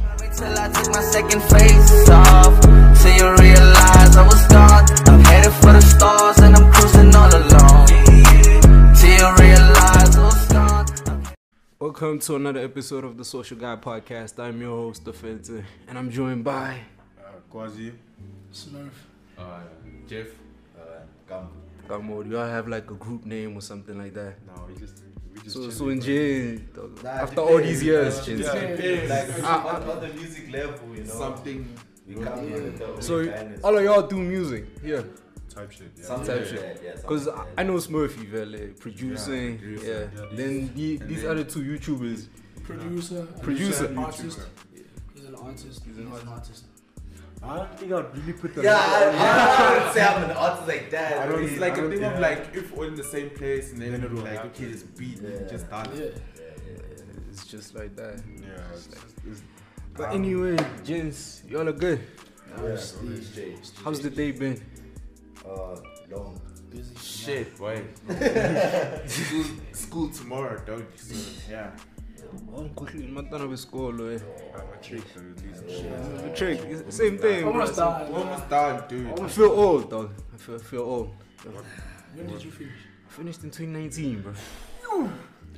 I took my second face off. Till you realize I was gone. I'm headed for the stars and I'm cruising all alone. Till you realize I was gone. Welcome to another episode of the Social Guy Podcast. I'm your host, Defensive, and I'm joined by. Quasi. Uh, Jeff. Uh, Come. Gamo, do y'all have like a group name or something like that? No, we just. We just So, chill. so in jail, dog, Ah, after all these years, Jin. Yeah, it depends. Like, Ah, on, on the music level, you know. Something. We come here with the so kindness. all of y'all do music, yeah? type shit. Yeah. Something type like shit. that, yeah, something Because like I that. know Smurfy, vele, producing, yeah. producing, yeah, these- then the, and these then- other two YouTubers, Producer. Producer. He's an artist. He's an artist. He's an artist. I don't think I'd really put them. Yeah, I, I don't say I'm an artist like that. I don't really. It's like I a don't- thing of yeah. like if we're in the same place and Then it then will like happen. okay, it's beat, Yeah. just done. Yeah. it's just like that. Yeah, it's just, it's, But Um, anyway, gents, y'all are good. Yeah, Steve. Steve. How's the day been? Uh, long. Busy. Shit, why? school, school tomorrow, dog. So, yeah. Umntana besikolo, eh. I'm a trick, so at least. Trick, same thing. bro. Almost done. We're almost done, dude. I feel old, dog. I feel, I feel old. When did you finish? I finished in 2019, bro.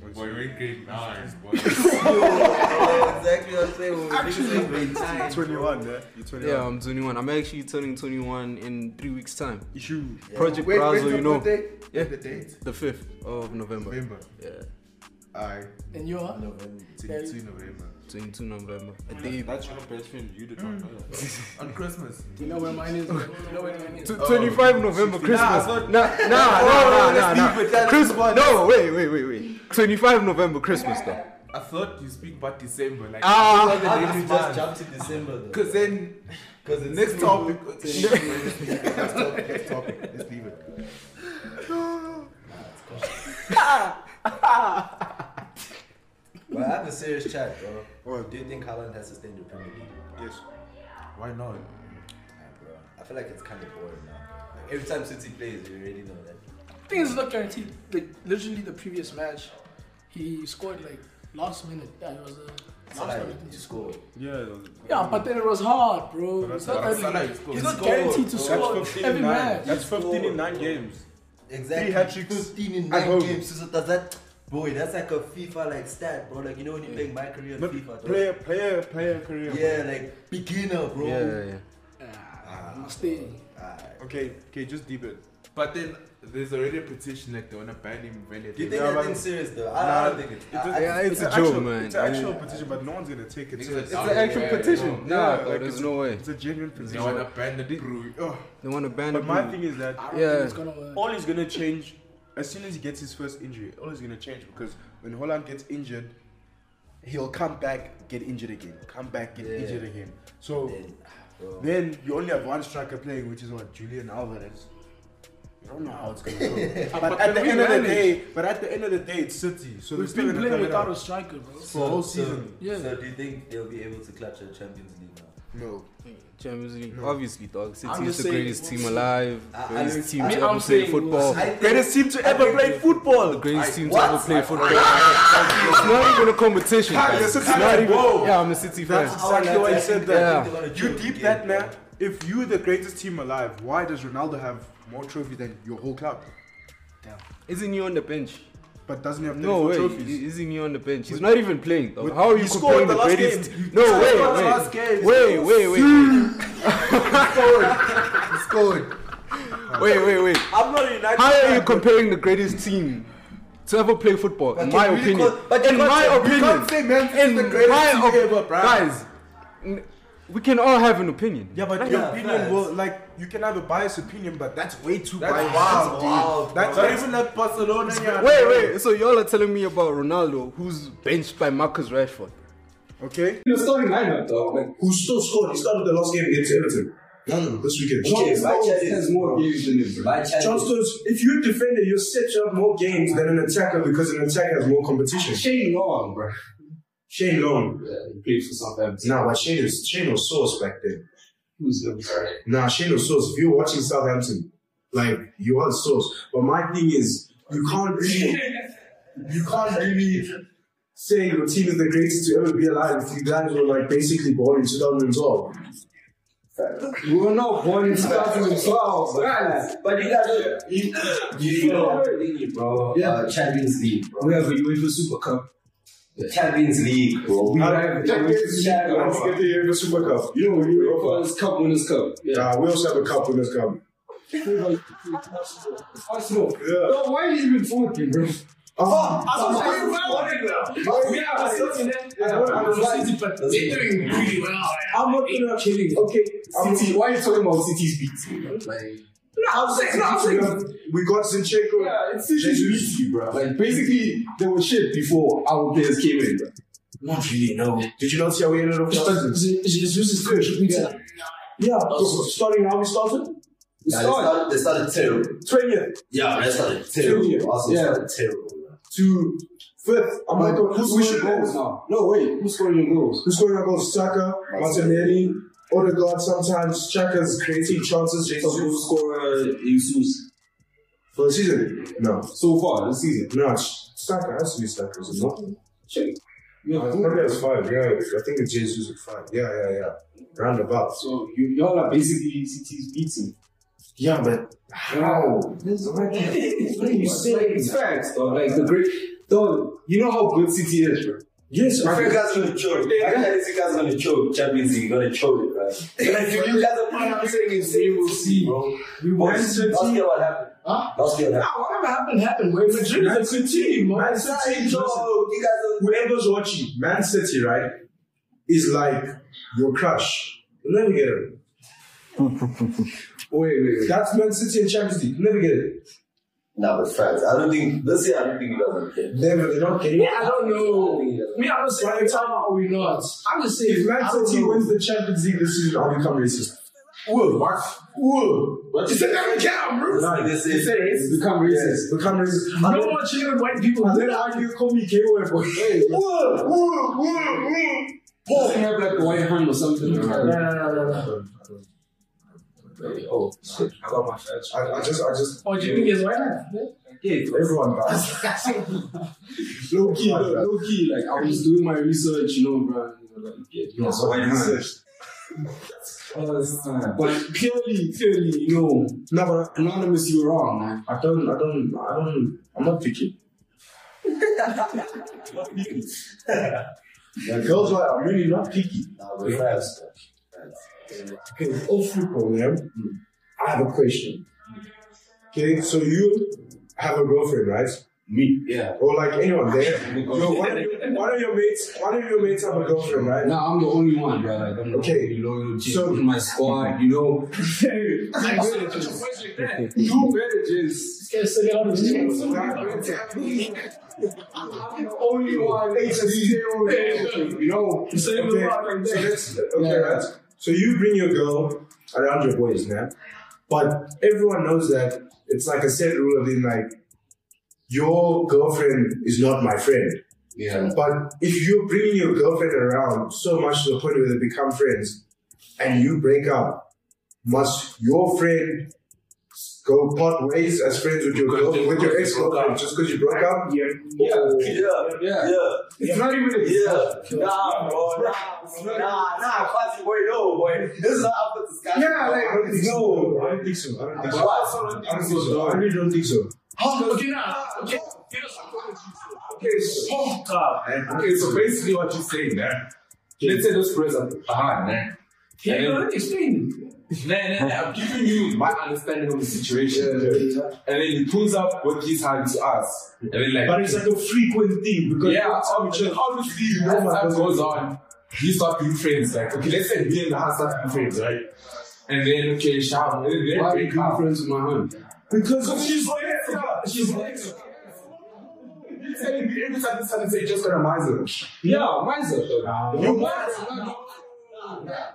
Boy, we're in grade nine. boy. exactly what I'm saying. Actually, You're 21, yeah? You're 21. Yeah, I'm 21. I'm actually turning 21 in three weeks' time. Issue. Project Brazo, you know. Yeah, The date? the 5th of November. November. Yeah, Aye. And you are? Yeah. 22 November. Hmm. 22 November. A day. That's your best friend. You did not know that. On Christmas. You know where mine is? You know where mine is? Tw- 25 November, Christmas. Nah, nah, nah, nah, nah, nah. Christmas. No, wait, wait, wait, wait. 25 November, Christmas, though. I thought you speak about December. Like, Ah. the How next did you month. just jump to December though? Cause then Because it's next too- topic. Next topic, next topic. Let's leave it. But I have a serious chat, bro. What? Do you think Holland has sustained the Premier League? Yes. Why not? Nah, bro. I feel like it's kind of boring now. Like, every time City plays, we already know that. Thing is, it's not guaranteed. Like literally, the previous match, he scored like last minute. Yeah, it was a Salah last so, minute. He to scored. score. Yeah. it was- Yeah, but then it was hard, bro. But It's that's not Salah- every, Salah, he scored. he's not He guaranteed to scored, score bro. That's 15 every in nine. match. That's 15 in scored, nine bro. games. Exactly. Three hat tricks 15 in at home. 9 games. So does that, boy, that's like a FIFA like stat, bro. Like, you know when you playing my career But FIFA, bro? player, player, player career. Yeah, like beginner, bro. Yeah, yeah, yeah. Ah, I'm staying. Alright. Okay, okay, just deep it. But then there's already a petition like they wanna ban him. Really. Do you think Yeah, that but- thing's serious though? I, I don't Nah, think it's. I, it doesn't- Yeah, I, it's, an a joke, actual, man. It's an actual petition, but no one's gonna take it. It's serious. a- an yeah, actual yeah, petition. yeah. Nah, bro, there's it's- no way. It's a genuine They petition. wanna ban the brew. Oh, They want to ban But my the thing is that I don't Yeah. think it's gonna work. all is gonna change as soon as he gets his first injury. All is gonna change because when Holland gets injured, he'll come back, get injured again, come back, get Yeah. injured again. So then, bro. then you only have one striker playing, which is what Julian Alvarez. You don't know how it's gonna go. but, But at the we end of the managed. day, but at the end of the day, it's City. So they're We've still been gonna playing come it without out. a striker, bro. for whole season. So, Yeah. so do you think they'll be able to clutch a Champions League now? No. Champions League. Obviously, dog. City I'm is just the saying- greatest team alive. I- I- Greatest team I- to I'm ever play saying- football. I think- Greatest team to ever play football. Greatest team to What? ever play football. It's not even a competition. Ah, guys. you're a City It's not fan. even- Whoa. Yeah, I'm a City fan. That's- exactly why you said that. You deep that man. If you the greatest team alive, why does Ronaldo have more trophies than your whole club? Isn't he on the bench? But doesn't have 34 No way, trophies. he- isn't he on the bench? He's not even playing. Dog. with- How are he you comparing scored the the last greatest? game. He No, scored the wait, last game. wait, wait, wait, wait, scored. wait, wait, wait. I'm not a United. How are fan, you but comparing the greatest team to ever play football? in can my you really opinion, call- but you in can't my say- you opinion, can't say Man City is in the greatest my team op- ever, bruh. guys, n- we can all have an opinion. Yeah, but Like, your yeah, opinion facts. will like you can have a biased opinion, but that's way too That's biased. wild, dude. wild, That's bro. not even at Barcelona. yeah. Wait, wait. So y'all are telling me about Ronaldo, who's benched by Marcus Rashford? Okay. in the starting lineup, dog. Like, who still scored? He started the last game against Everton. London this weekend. John Stones has more games than him. bro. My challenge- John Stones, if you're a defender, you're set to have more games than an attacker because an attacker has more competition. Shane Long, bro. Shane Long. Yeah, he played for Southampton. Nah, but Shane, is, Shane was sauce back then. Who's sorry? Nah, Shane was sauce. If you're watching Southampton, like, you are sauce. But my thing is, you can't really, you can't really saying your team is the greatest to ever be alive if you guys were like basically born in 2012. We were not born in 2012. Guys, but you guys, you, you know, bro. Yeah. Uh, Champions League, bro. We have a UEFA Super Cup. Champions League, bro. We We have a Champions League. Don't Champions forget the UEFA Super Cup. You know, UEFA is Cup Winners' Cup. Yeah, we also have a Cup Winners' Cup. Arsenal. Yeah. No, why are you even talking, bro? Oh, They're doing really well. I'm not even kidding. Okay, City. Why are you talking about City's beat? Like, no, I'm saying, no, I'm saying, we got Zinchenko. Yeah, it's City's beat, bro. Like, basically, they were shit before our players came in. Bro. Not really, no. Did you not see how we ended up? last season? Jesus is good. Yeah, yeah. bro, starting how we started. We Nah, they started, they started started terrible. twentieth Yeah, they started Terrible. terrible. Arsenal Yeah. started terrible. bro. to fifth. I'm like, who's we scoring should have- goals now? No, wait, who's scoring your goals? Who's scoring our goals? Saka, Martinelli, Odegaard. Sometimes Chaka's creating chances. Jesus score uh, Jesus. for the season. No, So far this season. no, it's Saka has to be Saka. Is it not? Yeah, I cool. think it's five. Yeah, I think it's Jesus at five. Yeah, yeah, yeah. Roundabout. So you, y'all are basically City's beating. Yeah, but how? This is what are you saying? It's facts, though. Like the great, though. You know how good City is, bro. Yes, I feel you guys are gonna choke. I feel like you guys are gonna choke. Champions League, you're gonna choke it, bro. Like, if you guys are playing, I'm saying it's they will see, bro. we Boys, won Last 13. year, what happened? Huh? Last year, what happened? Nah, whatever happened, happened. We're Madrid Man is a good team. Man man. City, Yo, listen. you guys whoever's watching, Man City, right, is like your crush. You'll never get it. wait, wait, wait. That's Man City and Champions League. You'll never get it. are. Nah, but France. I don't think, this year, I don't think you guys are okay. Never. They're not getting Yeah, it. I don't know. Me, I don't say Right. every time are we not. I would say If I Man don't City know. wins the Champions League this season, I'll become racist. Whoa, what? Whoa. What? It's a never count, bro. No, This is- Become racist. Become racist. I don't want children, white people. And do then that. how do you call me gay word for hey, whoa, whoa, whoa, whoa. Doesn't he have like a white hand or something. No, Right? no, no, no, no. Oh shit! I got my fetch. I, I just, I just, Oh, do you think it's white? man? everyone does. Low key, low, low key. Like I was doing my research, you know, bro. Like, yeah, you know, So I researched. But clearly, clearly, you know, No, but anonymous, you were wrong, man. I don't, I don't, I don't, I'm not picky. yeah, girls like, I'm really not picky. Nah, but France. bro. France. Okay, with all football, yeah? I have a question. Okay, so you have a girlfriend, right? Me. Yeah. Or like anyone there. Yo, one, of your, one of your mates, one of your mates have a girlfriend, right? No, I'm the only one, bro. Like, I'm the Okay. only loyal chick So- in my squad, you know. I said it just- You better This just. guy said it out of his mouth. Only one. You know. Okay, so let's- okay, right. So you bring your girl around your boys now, but everyone knows that it's like a set rule of being like, your girlfriend is not my friend. Yeah. But if you're bringing your girlfriend around so much to the point where they become friends, and you break up, must your friend go part ways as friends with your girl, with your ex girlfriend just because you broke up? Yeah. Yeah. Yeah. Yeah. It's not even a Yeah, nah, bro, nah, nah, nah, classy boy, no, boy. This is not up for discussion. Yeah, like, no, I don't think so. I don't think so. What? I don't think so. I really don't think so. Huh? Okay, nah. Okay. You know something? Okay, so basically what you're saying, man. Let's say those prayers are behind, man. Can you already explain Nah, nah, nah, I'm giving you my understanding of the situation. And then he pulls up what he's had to us. And then like, But it's like a frequent thing because yeah, obviously, obviously you know, as time goes on, you start being friends. Like, okay, let's say me and the house start being friends, right? And then, okay, shout, and then Why are you break being up. friends with my hand? because she's like She's like, you're telling me every time this happens, you just got a miser. Yeah, mine's up. you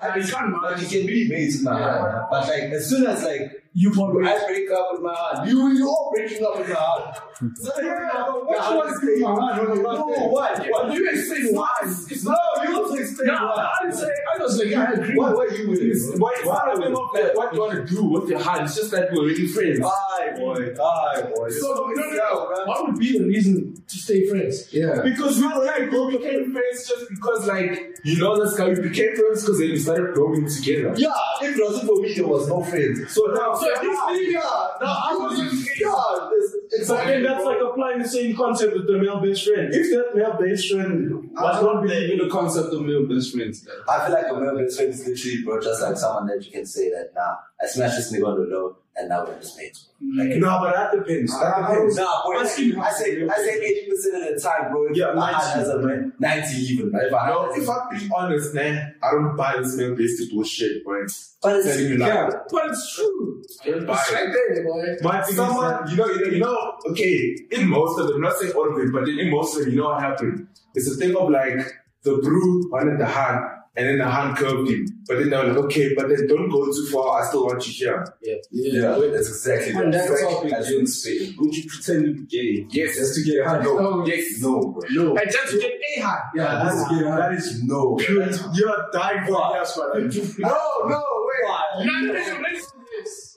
I mean, come on, you can be mates in my heart, but like as soon as like You want me? I break up with my heart, you you all breaking up with my heart. So, yeah, Which one is being my man? No, what? What? You explain why? No, you also explain Nah, why. I didn't say. I don't was like, I agree. Why were you with It's- him? Why, why are you not like, what you want to do with your heart? It's just that we're already friends. Aye, boy. Aye, boy. So, you know, Yeah, man. what would be the reason to stay friends? Yeah. Because we were like, we became friends just because, like, you know, that's how we became friends because then we started growing together. Yeah, if it wasn't for me, there was no friends. So now, So this thing- yeah, now I was just yeah, this, So exactly. then that's like applying the same concept with the male best friend. If that male best friend was not really the concept of male best friends. I feel like a male best friend is literally, bro, just like someone that you can say that, nah, I smashed this nigga on the low, and now we're just mates. No, but that depends. That depends. Uh, Nah, boy, I say, I say eighty percent of the time, bro. If Yeah, I had 90. as a man, ninety even, right? If I No, had, if I'm being honest, man, I don't buy this male based bullshit, man. but it's Telling you like, Yeah, but it's true. I don't buy it. My thing is Someone, you know, you know, you know, okay, in most of them, not saying all of it, but in most of them, you know what happened? It's a thing of like the brew wanted the hand, and then the hand curved him. But then they were like, okay, but then don't go too far, I still want you here. yeah, that's exactly On that. that It's topic, as in Spain. Would you pretend you're gay? Yes, just to get high. No, No. yes, no, bro. no. And just to get a high. Yeah, that's, yeah, that is No, pure. You're dying for that's what I do. no, no, wait. None of them mentioned this.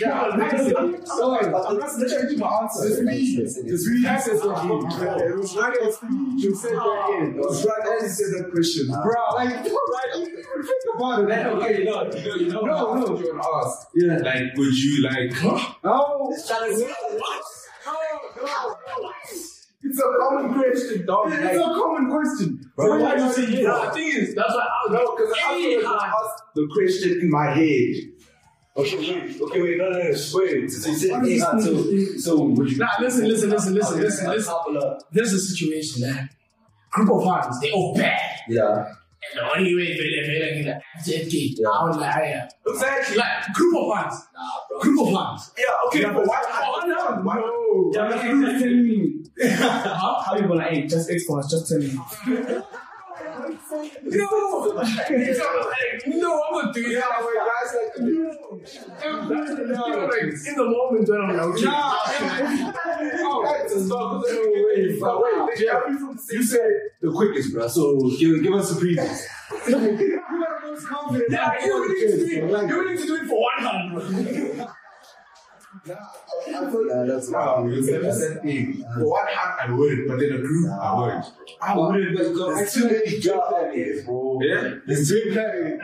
Yeah, I'm not trying to give my answer. It's me. It's me. That's what you it was right off you said that in. It was right after you said that question. bro, like, you know, like, think about it. man. Okay, no, you know, you know, No, no. you want to ask. Yeah. Like, would you like? Oh, It's a common question, dog. it's a common question. Bro, why why not? you say yes? The thing is, that's why I no, because I was asked the question in my head. Okay, wait. Okay, wait. No, no, no. Wait. So you said hey, huh, so, so would you? Nah, listen, listen, listen, listen, Okay, listen, I'll listen. couple up. There's a situation that group of artists, they all bad. Yeah. And the only way Vele Vele can like, FZK, Yeah. I was like, I am. Exactly. Like, group of artists. Group of artists. Yeah. Okay. but why? no, why- no. Yeah, but you just telling me. How how you gonna hey, just X for us, just tell me. No. It's not like, no, I'm gonna do it. Yeah, wait, guys, like, no. You know, like, in the moment when I'm like, okay. Guys, it's not good. No way. But wait, they are from the same. You said the quickest, bro. So give give us a preview. Yeah, you're willing to do it. You're willing to do it for one hundred. Yeah, that's Wow, you said the same thing. For one hand, I would, but then a group, I would. I wouldn't, but There's because too many jobs out there, bro. Yeah. There's too many.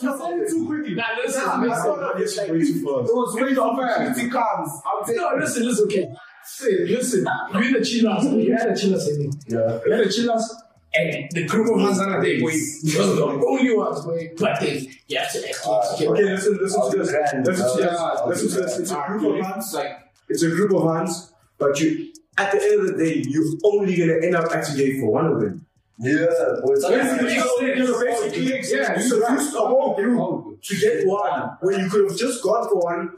Nah, listen, I listen. thought that it's like, it was way too fast. opportunity comes, I'm taking No, listen, listen, okay. Say, listen, you're in the chillers, you had a chillers in Yeah. You had a chillers, and the group of hands are there, boy. Those are the only ones, boy. But then, you have to act like Okay, listen, listen to this. Grand, Listen to this. bro. Listen to this. It's a group of hands. like, It's a group of hands, but you, at the end of the day, you're only gonna end up acting gay for one of them. Yeah, boy. Basically, you're basically yeah, you seduced a whole group to get one when you could have just gone for one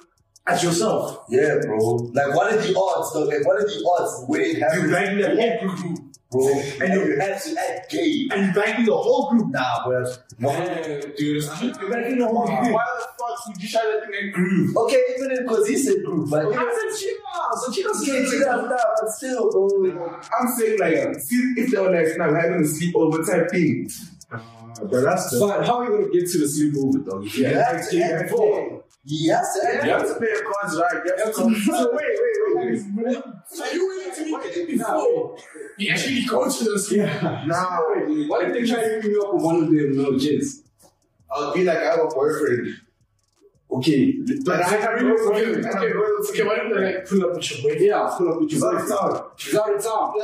as yourself. Yeah, bro. Like, what are the odds, though? Like, what are the odds where it You happens, banged the whole group bro? And you have to act gay. and you banged the whole group. Nah, bro. that's- dude, it's You banged the whole group. Why the fuck would you try that thing and groove? Okay, even because he said group, but okay, chill out, nah, but still, bro. I'm saying like, see if they were like, now having a sleepover type thing. Ah, But that's the But how are you going to get to the sleepover, dog? You have to act gay. You have to act You gay. have to pay your cards right. You have to come. So wait, wait, wait, wait. Are you willing to meet it before? You actually go to the school. Now, What if they try to hook me up with one of them little kids? I'll be like, I have a boyfriend. Okay, But I have a boyfriend. and Okay, I'm loyal to okay, why don't they like pull up with your boy? yeah, pull up with you. It's out of town. He's out of town.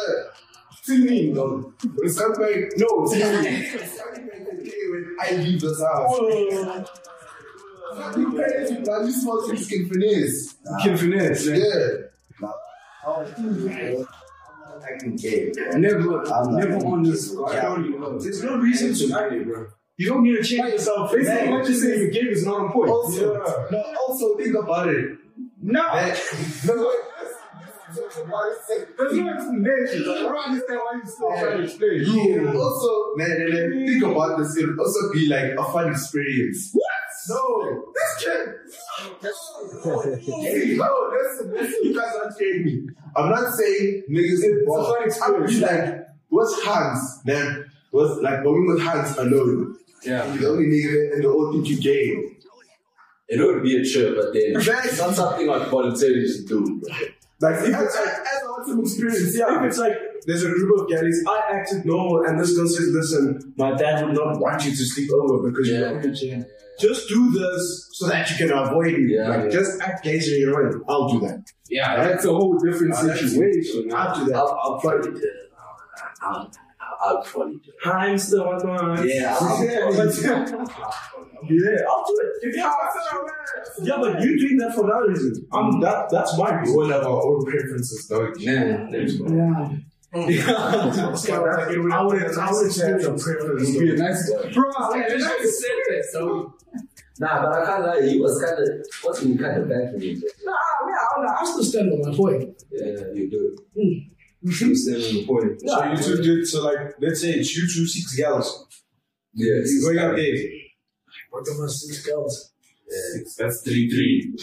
See me, dog. It's not like, no, see me. It's not like, okay, when I leave this house. You crazy, man. You small things can finesse. You can finesse, man. Yeah. I'm not acting gay, bro. Never, I'm not never gonna on this. get- I don't even know. there's no reason to act it, bro. You don't need to change yourself. Basically, what you say, your game is not on point. Also, no, also think about it. No, That, no, wait, this- this is what I said. there's no explanation. I don't understand why you still trying to explain. You also, man, and then think about this. It would also be like a fun experience. What? No, this kid. Hey, no, listen, listen, you guys aren't hearing me. I'm not saying niggas involved. fun experience. I'm just like, what's Hans, man? Was like going with Hans alone. Yeah. And you only need it in the old you game. It would be a trip, but then it's not something I'd voluntarily just do. bro. Like, if it's like, as an awesome experience, yeah, if it's like, there's a group of guys, I acted normal, and this girl says, listen, my dad would not want you to sleep over because Yeah. you're not a gym. Just do this so that you can avoid me. Yeah, like, yeah. just act gay so you're right. I'll do that. Yeah, That's a whole different that's- situation. I'll do that. I'll, I'll probably do it. I'll, I'll, I'll probably do I'm still on one. it. Yeah, I'll, Yeah, but- yeah, I'll do it. If you yeah, but you doing that for that reason. I'm Um, that. That's my We reason. all have our own preferences, dog. man, there's one. Yeah. I would. I would. I would change your preference. It'd be a nice one. Bro, like, you're not serious. So, Nah, but I can't lie, he was kind of, what's been kind of bad for me. bro. nah, man, I don't know. I still stand on my point. Yeah, you do. You stand on the point. So you two did. So like, let's say it's you two six girls. Yes. You going out there. What the most six girls? Yeah. That's three three.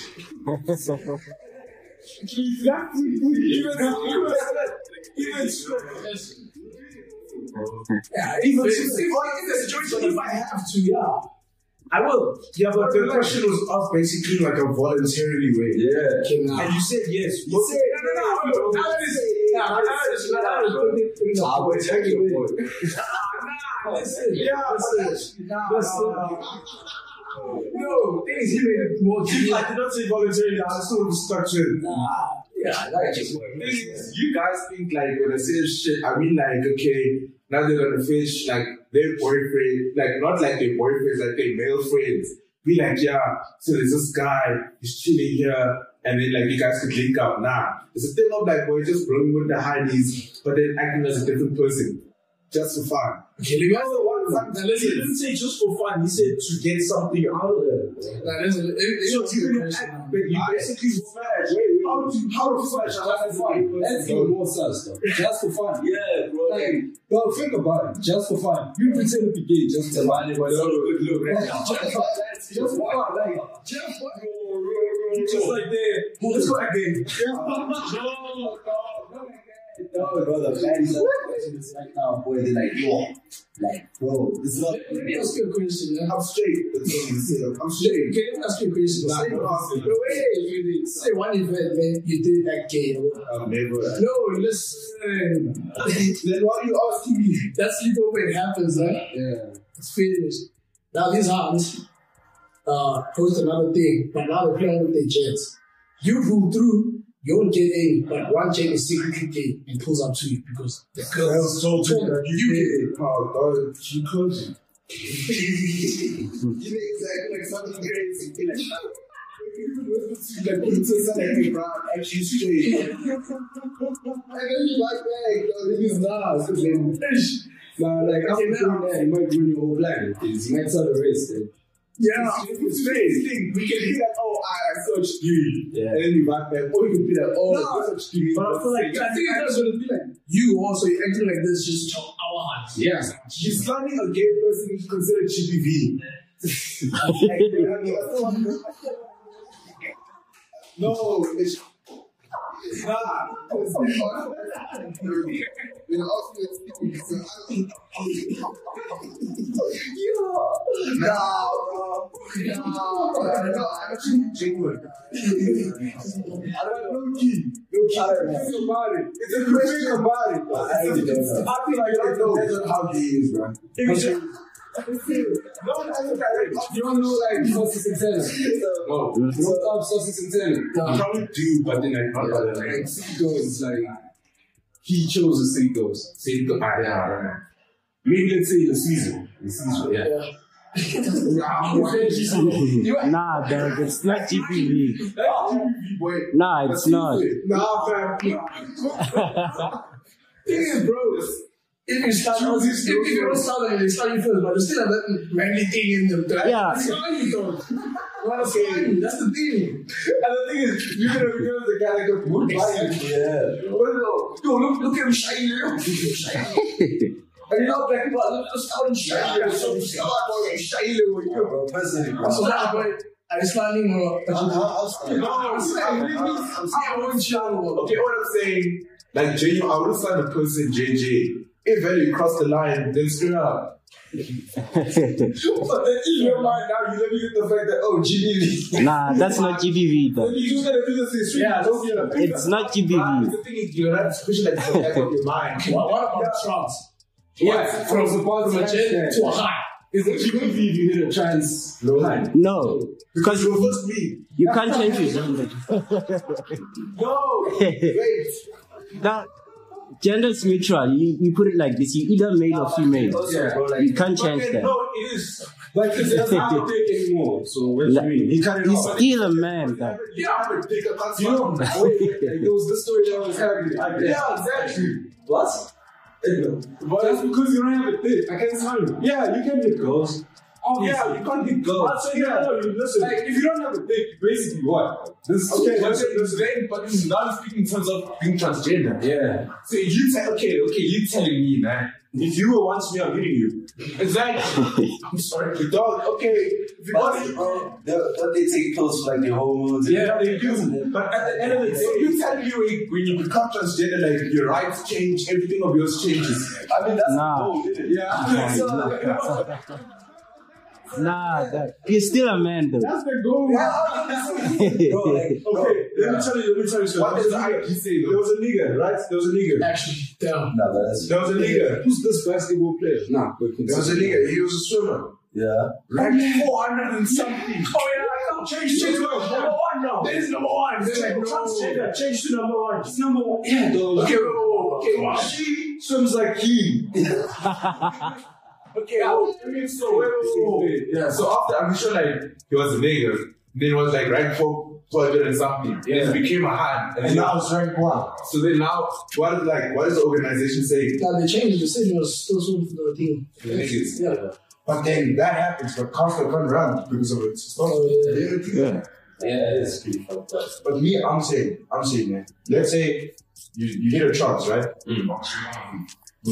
Yeah, even if, if, if, if, if I have to, yeah. I will. Yeah, but the question was asked basically like a voluntarily way. Yeah. Okay, now. And you said yes. You said, no, no, no, no, now this, now, now this, now this, put me in the I'll point. protect your point. Nah, listen, yeah, listen, listen. No, things you made it more You- I clear. did not say voluntarily. I was sort of structured. Nah, yeah, that just worked. Thing is, You guys think like when I say shit, I mean like okay, now they're gonna fish like their boyfriend, like not like their boyfriends, like their male friends. Be like, yeah, so there's this guy, he's chilling here, and then like you guys could link up. Nah, it's a thing of like boy just blowing with the heinies, but then acting as a different person just for fun. Okay, let me ask you one Now, time. Now, He listen, didn't say just for fun. He said to get something out of it. now, listen, let me So ask you you a can question. act, but you basically flash. How do how to flash? That's fine. Let's give more sus though. Just for fun. Yeah, bro. Like, Like, no, think about it. Just for fun. You pretend to be gay just to find it. it's not a good look right now. Just for just for fun. Like, just for Just like there. Let's go act gay. No, bro, the fans are watching this right now, boy. They're like, yo, like, bro, this is not. Let me ask you a question, yeah. I'm straight. That's what he said. I'm straight. Okay, let me ask you a question. Nah, Say- don't ask me. No, wait, wait, wait. Say one event, man, you did that game. I'll never. No, listen. Then why are you asking me? That sleepover it happens, right? Yeah. It's finished. Now these hounds uh, post another thing, but now they're playing with their jets. You pull through, you don't get any, but one jet is secretly gay and pulls up to you because the I girl was told to that you get it. Oh, God, she couldn't. You know exactly like something crazy. Like, it's just like, bro, and she's straight. I got you back back, dog. It is nice. It's Nah, like, after Okay, now- doing that, you might ruin your whole plan. Because you might start a race. eh? Yeah. It's very thing. We can be like, oh, I am such gay. And then you back back. Or you can be like, oh, No. you're such gay. But I feel like I think that's what it'd be like. You also you're acting like this just to our hands. Yeah. She's slamming a gay person is considered GPV. no, it's. Nah, it's not. When I asked you to speak, so I don't No, no, no, I'm actually genuine. I don't know, key. No key. Think about it. It's a question about it. bro. I really don't know. I feel like I know better how gay is, bro. No one has a direct. You don't know, like, sausage and tenor. Oh, You don't love sausage and tenor. I probably do, but then I not Yeah, like, Seagulls is like, he chose the Seagulls. Say goodbye. Yeah, right. Maybe let's say the season. The season, yeah. Nah, dog, it's not GPV. Nah, it's not. Nah, fam. Thing is, bro, if you start out, if, if you don't start and you start you first, but you still have that manly thing in them. Right? Yeah. That's why you don't. That's why you- That's the thing. And the thing is, you're gonna be the guy that goes, "Would buy it." Yo, look, look at him shiny now. Shiny. And you know, black people are just out and shiny. They're so smart, bro. They're shiny. bro. Yeah, bro, personally, bro. So now, bro, I'm smiling, bro. I'm, I'm, I'm sorry. No, I'm saying, let me- I'm smiling, bro. Okay, what I'm saying, like JU, I wouldn't sign a person JJ. If Eddie crossed the line, then screw up. But then in your mind now, you're looking at the fact that, oh, GBV. Nah, that's not GBV, Then though. you just gotta do the same thing. Yeah, Don't be a- It's not GBV. The thing is, you're not pushing that to the back of your mind. What, what about trance? Yeah, from the bottom of a jet to a high. Is it GBV if you hit a trans low line? No, because you reverse me. you can't change your gender. No! Wait. Now, gender is neutral. You, you put it like this: you either male or female. You can't change Okay, that. No, it is. Like, it's it's not a dick anymore. So, what do you Like, mean? He cut it he's off. still a man, though. Yeah, I'm a dick. That's you know, boy, like, there was this story that was happening. I yeah, exactly. What? But that's because you don't have a dick. I can tell you. Yeah, you can hit girls. Yeah, you can't hit girls. That's yeah. no, you listen. Like, if you don't have a dick, basically what? This okay, but this, this then, but this is not speaking in terms of being transgender. Yeah. So you tell, okay, okay, you telling me, man. If you were once me, I'm hitting you. Exactly. I'm sorry, the dog. Okay, because um, Don't don't they take pills for like the hormones? and- yeah, they do. But at the end of the day, you tell me when- when you become transgender, like your rights change, everything of yours changes. I mean, that's Nah. no, isn't it? Yeah. So, Nah, that, you're still a man, though. That's the goal. Bro, like, okay, let me tell you, let me tell you something. What does the IQ say There though? was a nigga, right? There was a nigga. Actually, damn. No, but that's There was a nigga. Who's this basketball player? Nah, but There was a nigga. He was a swimmer. yeah. Like 400 and something. Oh, yeah, I know. Change, change to number one now. That is number one. There's like, Transgender, change to number one. It's number one. Yeah, dog. Okay, wait, wait, wait, wait. okay. She swims like he. Okay, well, I mean, so wait, wait, wait, wait. Yeah, so after I'm sure like he was a nigga, then he was like rank four, four hundred and something. Yeah. And he became a hand. And, And now, now it's rank one. so then now, what is like, what is the organization saying? Now they changed the decision, was still soon for the team. The niggas. Yeah. But then that happens, but Costa can't run because of it. It's not- Oh, yeah. Yeah. Yeah, it is pretty fucked up. But me, I'm saying, I'm saying, man. Let's say you, you hit a chance, right? Mm.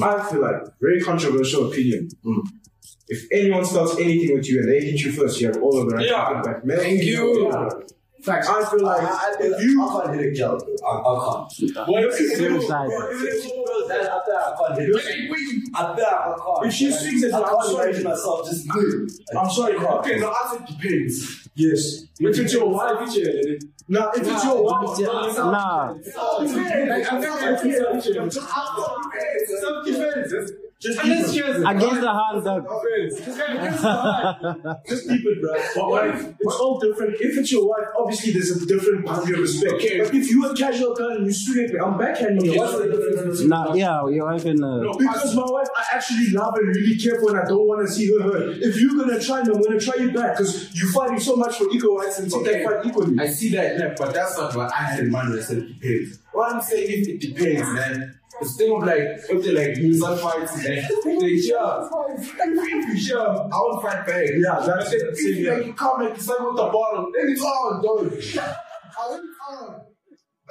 I feel like very controversial opinion. If anyone starts anything with you and they hit you first, you have all of the right Yeah. to fight back. Man, Thank you. yeah. I feel like if you I can't hit a girl. bro. I, I can't. What if It's she suicide. If she feels that, I feel I can't hit a girl. I feel I can't. If she Like, swings it, I I'm can't sorry. imagine myself just. I'm sorry, bro. Okay, now I think depends. Yes. But it's your wife, it's now if it's your wife, Nah, Self-defense. Just unless she has against the hand, dog. Just keep it, bro. But what if it's all different? If it's your wife, obviously there's a different boundary of respect. Okay. But if you a casual girl and you swing at me, I'm backhanding you. What's the difference? Nah, yeah, you're having a. Because my wife, I actually love and really care for, and I don't want to see her hurt. If you're gonna try me, I'm gonna try you back because you're fighting so much for equal rights and take Okay. that fight equally. I see that, yeah, but that's not what I had in mind when I said it depends. What I'm saying is it depends, man. It's thing of like, if they like, you start fighting, man. They sure. Sure, I won't fight back. Yeah, But that's- then that's if it, yeah. Like, you come and you start with the bottle, then it's on, dog.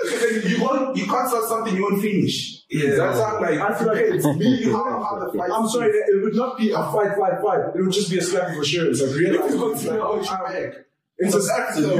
Because then you won't, you can't start something you won't finish. Yeah. That's how like, I feel like it's me. how how the fight. I'm sorry, it would not be a fight, fight, fight. It would just be a slap for sure. It's like You realize. continue on your back. It's a slap That's the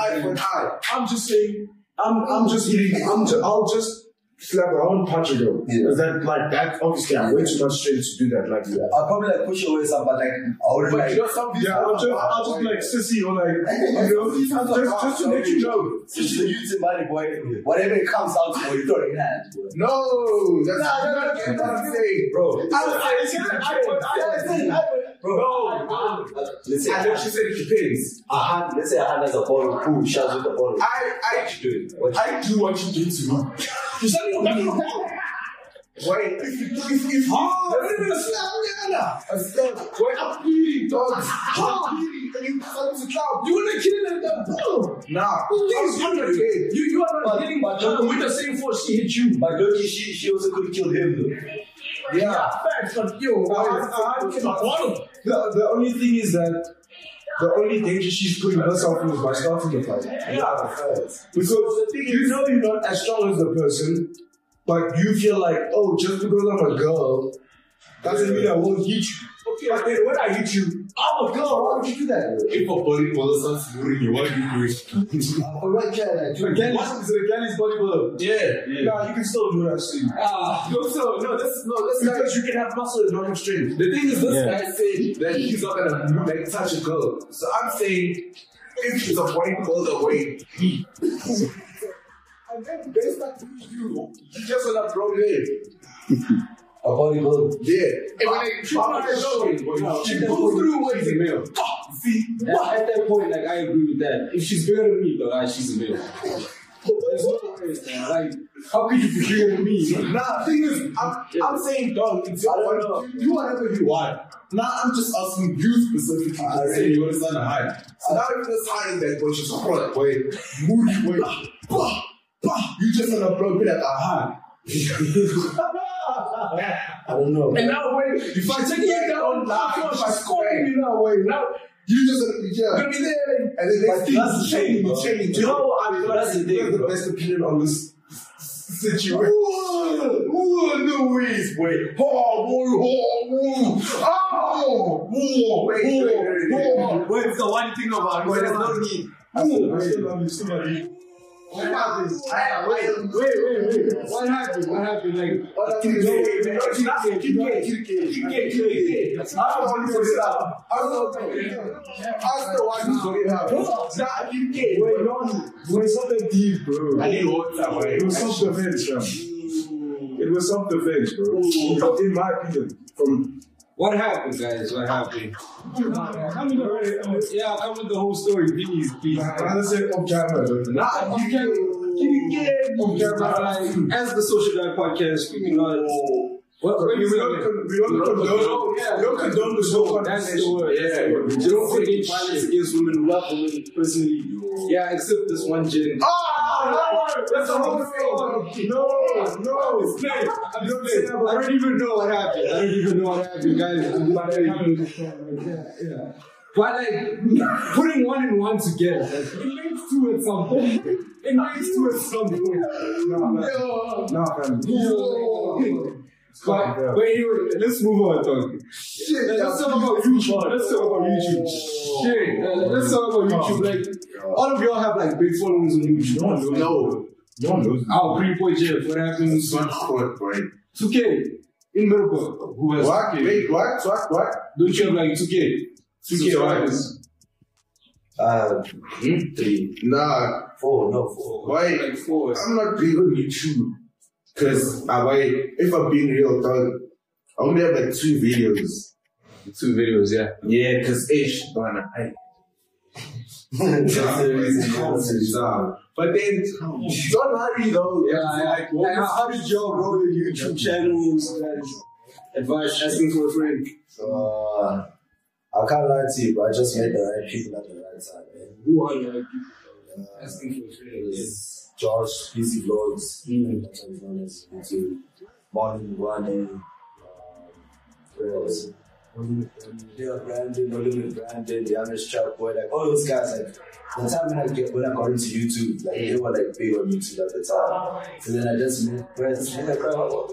eye for an eye. I'm just saying. I'm, I'm just hitting. I'm ju- I'll just slap her, I won't punch a girl. Is that like that? Obviously, I'm way too much strength to do that. Like that. I'll probably like push away some, but like I would But like. you know, some people Yeah, I'll just, I'll just be like sissy or like, you know, just, just to let you know. Just the YouTube money boy. Whatever it comes out to, you throw it in hand. Bro. No, that's not that's what I'm saying, bro. Bro, let's say I thought you said it depends. a hand. Let's say a hand has a ball. Boom, shots with the ball. I, I, I do what you do to me. You said you Wait, if you if, if I said, wait, I'm bleeding, dog. I'm bleeding, and you decided to clown. You wanna kill that nah, Please, I'm not dead. You, you are not But- hitting but- her with the same force she hit you. But Loki, she she also could kill him though. Yeah, facts, but yo, I, I, I cannot follow. The, the only thing is that the only danger she's putting herself in is by starting the fight. Because you know you're not as strong as the person, but you feel like, oh, just because I'm a girl, Doesn't mean I won't hit you. Okay, but then when I hit you, I'm a girl. Why would you do that? If a bodybuilder starts luring you, what do you do? Uh, what can I do? Again, What? is it again? Is bodybuilder? Yeah, yeah. Nah, you can still do that shit. Ah, no, so no, this no, this guy. Because you can have muscle and not have strength. The thing is, this Yeah. guy said that he's not gonna like touch a girl. So I'm saying, if he's a bodybuilder, wait, he And then based on you, you just want to throw it. A bodybuilder. did. Hey, when they- She She pulls pulls through through when when he's a male. Fuck, see? At, at that point, like I agree with that. If she's bigger than me, dog, ah, she's a male. There's no ways, man. Like, how could you be bigger than me? Nah, thing is, I'm, I'm saying, dog, it's I your don't body. know. You do whatever you want. Now I'm just asking you specifically to say you want to sign a high. So now if this high is that boy, she's hot, boy. Move, boy. Bah, bah. You just want to blow it at a high. I don't know. And now wait, If I take Yeah, you down, nah, now she's she's scoring me now, boy. Now you just want to be gonna be there. And Like, then next But thing, that's you the change, thing, you bro. change, You know, that's the thing, the bro. best opinion on this situation. Whoa, whoa, no ways, wait. Oh, whoa, whoa, whoa. Ah! Oh, whoa, Wait, wait, wait, wait, wait. whoa. Wait, it's the one thing about Wait, Wait, there's no need. Whoa. I still love you, still love you. What happened? I- I- Wait, wait, wait. What happened? What happened? Like, What happened? Kike, No, wait, man. Kike, Kike, Kike, Kike, Kike. Kike, Kike. I don't want to get up. I don't want to get up. I still want to get up. Nah, you can't. Wait, no, wait, something deep, bro. I need water, wait. It was self-defense, fam. It was self-defense, bro. In my opinion, from What happened, guys? What happened? Yeah, come with the whole story, please, please. Rather say off camera, though. Nah, you can, you can. Like, as the social guy podcast, we do not. What what We you don't con- we don't condone- we don't condone this whole That's conversation. the word. that's the word. You don't condone violence against women. Love women personally. ah, Yeah, except this one gen. Ah, no, that's the whole thing. No, no. I'm not saying that, but I don't even know what happened. I don't even know what happened, guys. I'm not even- Yeah. But like putting one and one together, like, it links to at some point. It links to at some point. Nah, fam. But, but anyway, let's move on, dog. Shit, Let's talk about YouTube. Let's talk about YouTube. Shit, uh, let's talk about YouTube. Like, all of y'all have like big followings on YouTube. No, no, No, no. Oh, Green Point Jeff, what happens? not short, right? 2K in Middleburg. Who has What? 2K? Wait, what? What? What? Don't you have like 2K? 2K what? Uh, three, Nah, four, no, four. Why? Like four. I'm not big on YouTube. Cause I wait, if I'm being real, dog, I only have like two videos. Two videos, yeah. Yeah, cause ish, but I. Nah, nah. But then, don't hurry though. Yeah, yeah. what Like, how, how did y'all grow your YouTube channels? Advice, asking for a friend. Uh, I can't lie to you, but I just met the right people at the right time, man. Who are your people? Uh, Asking for a it friend. was George, Busy Vlogs, Mm. that's what his name is, into Martin Guane, um, uh, where else? Yeah, Brandon, Oliver Brandon, the Amish Trap Boy, like all those guys. Like the time when I get when I got into YouTube, like they were like big on YouTube at the time. So then I just met friends. Yeah, bro,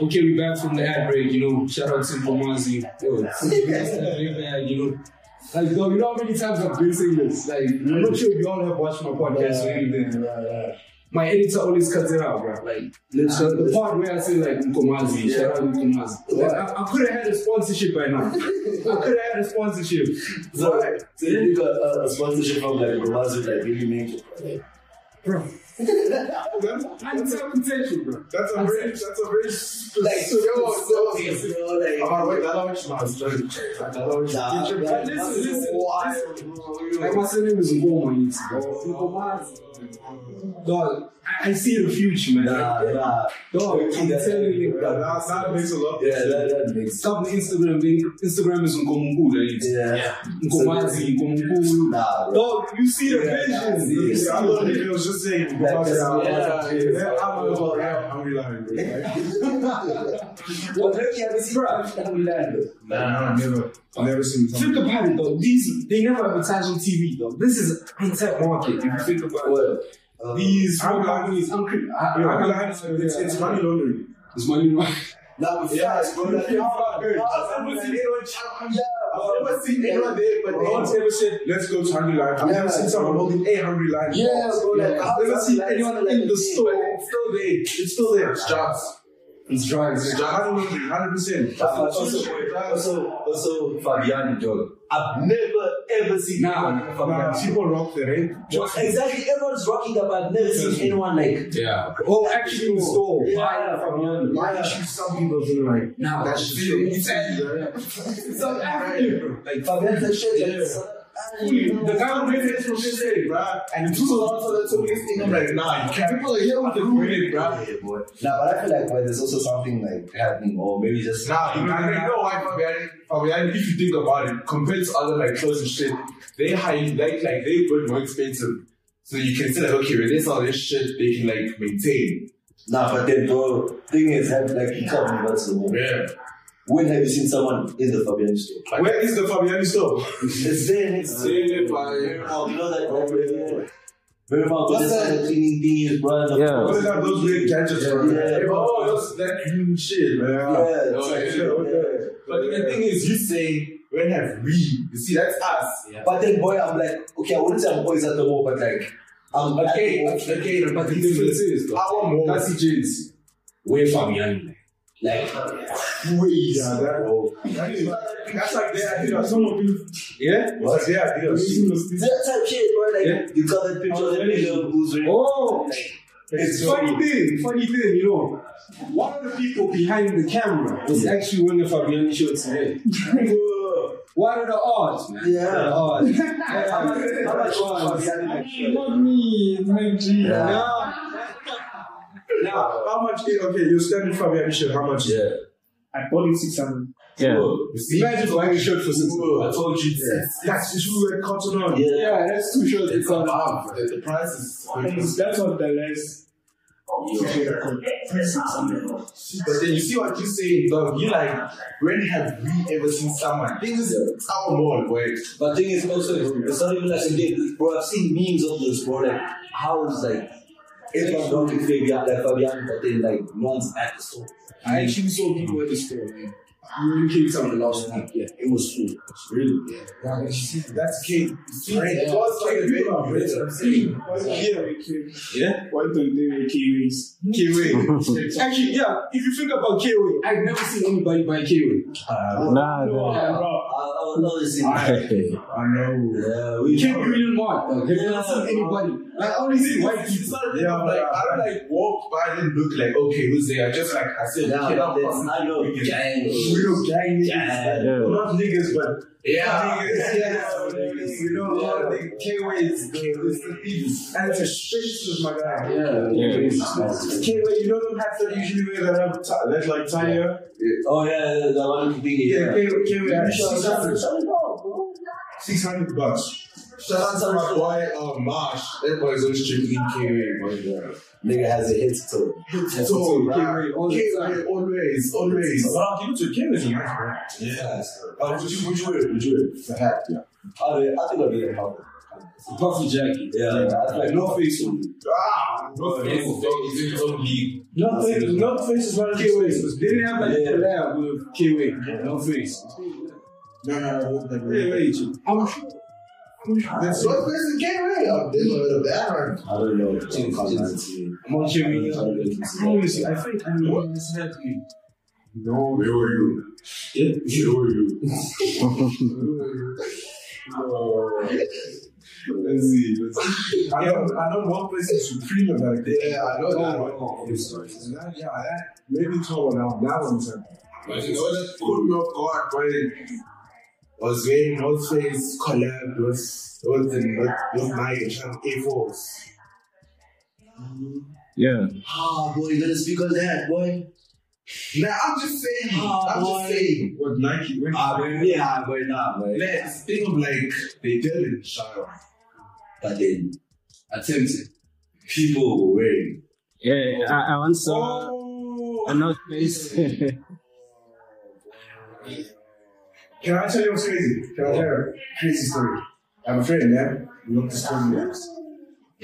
Okay, we back from the ad break, you know. Shout out to Pomazi. Yo, man, you know. Like, dog, you know how many times I've been saying this? Like, I'm not sure if you all have watched my podcast or anything. My editor always cuts it out, bro. Like, the, the part where I say, like, Mkomazi, shout out Mkomazi. Like, I, I could have had a sponsorship by now. I could have had a sponsorship. So, so then you got a, a sponsorship from like the ones with like really make it. Like, I didn't have potential, bro. That's a very, that's a very like specific. yo, wait, that was my story. But listen, listen, listen. Like, my surname is Ngoma, it's Mkomazi. Dog, I, I see the future, man. Nah, nah. Dog, I'm telling you, That, bro. that makes a lot. Yeah, that, that makes Stop the Instagram thing. Instagram is Nkomunkulu. Yeah. yeah. Nkomazi, Nkomunkulu. Nah, bro. Dog, you see the Yeah, nah, vision. see. You Yeah, I see love the it. vision. It was just saying, Like, fuck it, I'm- yeah. yeah, I'm all about rap, I'm relying, bro. Well, look, yeah, this is bro. Nah, I've never, I've never seen something. Think about it, though. These they never advertise on TV, though. This is untapped market. If you think about it, What? Uh, these um, I'm companies, I'm, cre- I, Yeah, I, I'm lying, it's, it's money laundering. it's money, right? Now with Yeah, facts, bro. you Like, can nah, fuck nah, girls. nah, I've never man. seen anyone Yeah, I've bro. never seen anyone there, but Bro, they table shit. Let's go to Hungry Lion. I've Yeah, never seen bro. someone holding a Hungry Lion. Yeah, bro, like, I've never outside seen lights, anyone like, in the yeah, store. bro. It's still there. It's still there. It's drugs. It's drugs. It's drugs. 100%. Nah, but also, also, also, Fabiani, dog. I've never ever seen anyone like Fabiani. Nah, people rock the rape. Just exactly, everyone's rocking that, but I've never seen anyone like. Yeah. Oh, actually, in the store. Yeah. Why issue some people feel like Nah, that that's shit is South African, bro. Like Fabiani, that shit. Yeah. The guy who made it from this day, bruh. And it's too loud for that to this thing. I'm like, nah, you can't. People are here with the rooted, bruh. Yeah, boy. Nah, but I feel like well, there's also something like happening, or maybe just Nah, you know, you know why Fabiani, Fabiani, if you think about it, compared to other like clothes and shit, they high like like they put more expensive. So you can say like, okay, when they sell this shit, they can like maintain. Nah, but then, bro, thing is, have like you can't move out to the moment. Yeah. When have you seen someone in the Fabiani store? Where is the Fabiani store? It's there next to Save it by Miramar, you know that right? Miramar, but What's that's how the cleaning thing is, bro. The Yeah. What is that? Those red gadgets, bro. Yeah. Oh, that's that green shit, man. Yeah, Oh, it's yeah, like- okay. But the thing is, you say, when have we? You see, that's us. But then, boy, I'm like, okay, I wouldn't say I'm always at the mall, but like, I'm at the Okay, mall. okay, But the difference is, though, our more. Kasi James, where Fabiani? Like, Yeah, that, that is, that's like their Adidas. Someone be, yeah, it's like their Adidas. it's that type shit, bro. Like, Yeah. you got that picture of the nigga who's wearing. Oh! It's It's so- funny thing, funny thing, you know. One of the people behind the camera was actually wearing the Fabiani shirt today. what are the odds, man? What Yeah. are the odds? How much- how much is Fabiani like shirt? Not me, man. G. Yeah. Nah. Nah. How much? eh, Okay, you're standing Fabian shirt. How much? Yeah. I bought it 600. Yeah. Imagine wearing a shirt for six. I told you. That's it's who we're cotton on. Yeah. Yeah, that's two shirts. It's on. Wow, the, the price is. And that's what the last t-shirt I got. 600. But then you see what you say, dog. You like, when have we ever seen someone? This is it's our mall, boy. But thing is also, it's not even like a game. Bro, I've seen memes of this, bro. Like, how is like, if I'm not with Fabian, like Fabian, but then like, no one's at the store. I actually saw people at the store, man. We were in Cape Town last week. Yeah, it was full. It was really? Yeah. That's king. Yeah. Right? It was like a bit of rich, I'm saying. Why don't they wear Kiwis? Yeah? Why don't they wear Kiwis? Kiwi. actually, yeah, if you think about Kiwi, I've never seen anybody buy Kiwi. Nah, Uh, nah. Yeah, bro. I, I would know this in I know. Yeah, You we can't be reading Mark, dog. Have you not seen anybody? Like, I only see white people. It's not really like, I don't like walk by and look like, okay, who's there? I just like, I said, Yeah, get out that's- fucking I know. weekend. Gang. We don't gang niggas. Yeah. man. Yeah. Not niggas, but. Yeah. Niggas, yes. Yeah. We know a lot of niggas. K-Ways, K-Ways, the thieves. And it's a shit, my guy. Yeah, K-Way, you know them hats that usually wear that have, t- that like tire? Oh, yeah, yeah, the one thingy. Yeah, Yeah. K-Way, K-Way. Yeah. I just- 600 bucks. Shout out to my boy, uh, Marsh. That boy's always checking in K-Way, my guy. Nigga has a hit toe. K-Way So, all the K-Way, always, always. But I'll give it to K-Way, it's nice, bro. Yeah. Uh, would you, would you wear it? Would you wear it? The hat, yeah. I, mean, Oh, I think I'd be a problem. Puffy jacket. Yeah, like, I Like, like, no face on it. Ah, no It's- it's in its own league. No face, no face is one of Kiwi. They didn't have like a collab with Kiwi. No face. No, no, no, no, no. Hey, wait. I'm sure. That's what this is getting rid of. They got rid of that one. I don't know. Chinese. I'm on Kiwi. I only see- I think I'm wearing this hat. No, where were you? Yeah, where were you? Let's see. Let's see. I know, I know one place is Supreme Oh, about it. Yeah, I know that one. That- yeah, that maybe tall now. That one's a. But you know that food milk guard when was wearing North Face collab with with the with, with my A force. Yeah. Ah, boy, you gotta speak on that, boy. Nah, I'm just saying. Ah, I'm boy. just saying. Oh, What Nike? When Ah, but yeah, but nah, boy. Man, speaking of like, they didn't shut up. But then, attempted. People were wearing. Yeah, I, I once saw Oh. a North Face. Can I tell you what's crazy? Can I tell you a crazy story? I have a friend, man. We love to spend years.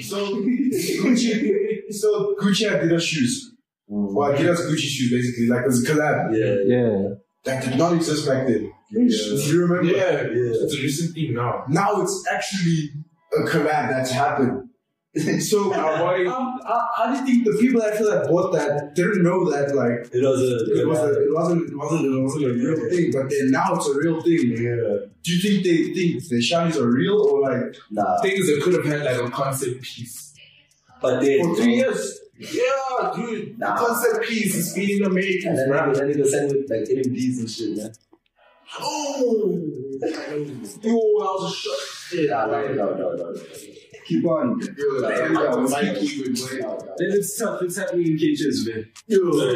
So Gucci, so Gucci Adidas shoes. for Adidas Gucci shoes, basically. Like, it was a collab. Yeah. yeah. That did not exist back then. Do you remember? Yeah, it's a recent thing now. Now it's actually a collab that's happened. so um, I, I just think the people that actually that bought that didn't know that like It was a. it was a, it wasn't it wasn't it wasn't a real thing, but then now it's a real thing. Yeah. Do you think they think the shinies are real or like Nah. Things that could have had like a concept piece. But then. For three years. Yeah, dude. Nah. Concept piece is feeding the And makers, then bro. nigga, that nigga sent with like NMDs and shit, man. Oh. Yo, I was shocked. Nah, no, no, no, no. Keep on. Then it's tough. It's happening in cages, man. KJs,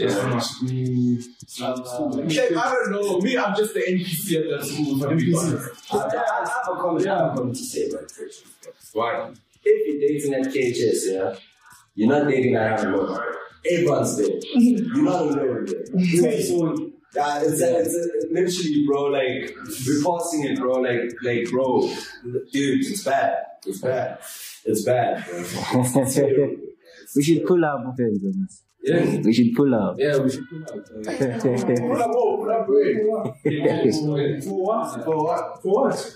It's bro. not Like, I don't know. Me, I'm just the NPC at that school. If I'm being honest. I I- I have a comment. I have a comment to say about Chris. Why? If you're dating at KHS, yeah, you're not dating at Hamburg. Everyone's there. You're not alone there. Yeah, it's, a, it's a, literally, bro. Like we're passing it, bro. Like, like, bro, dude, it's bad. It's bad. It's bad. Bro. we should pull up offense on this. Yeah. We should pull up. Yeah, we should put out. uh, Pull up, oh, pull up, wait. For what? For what? For what?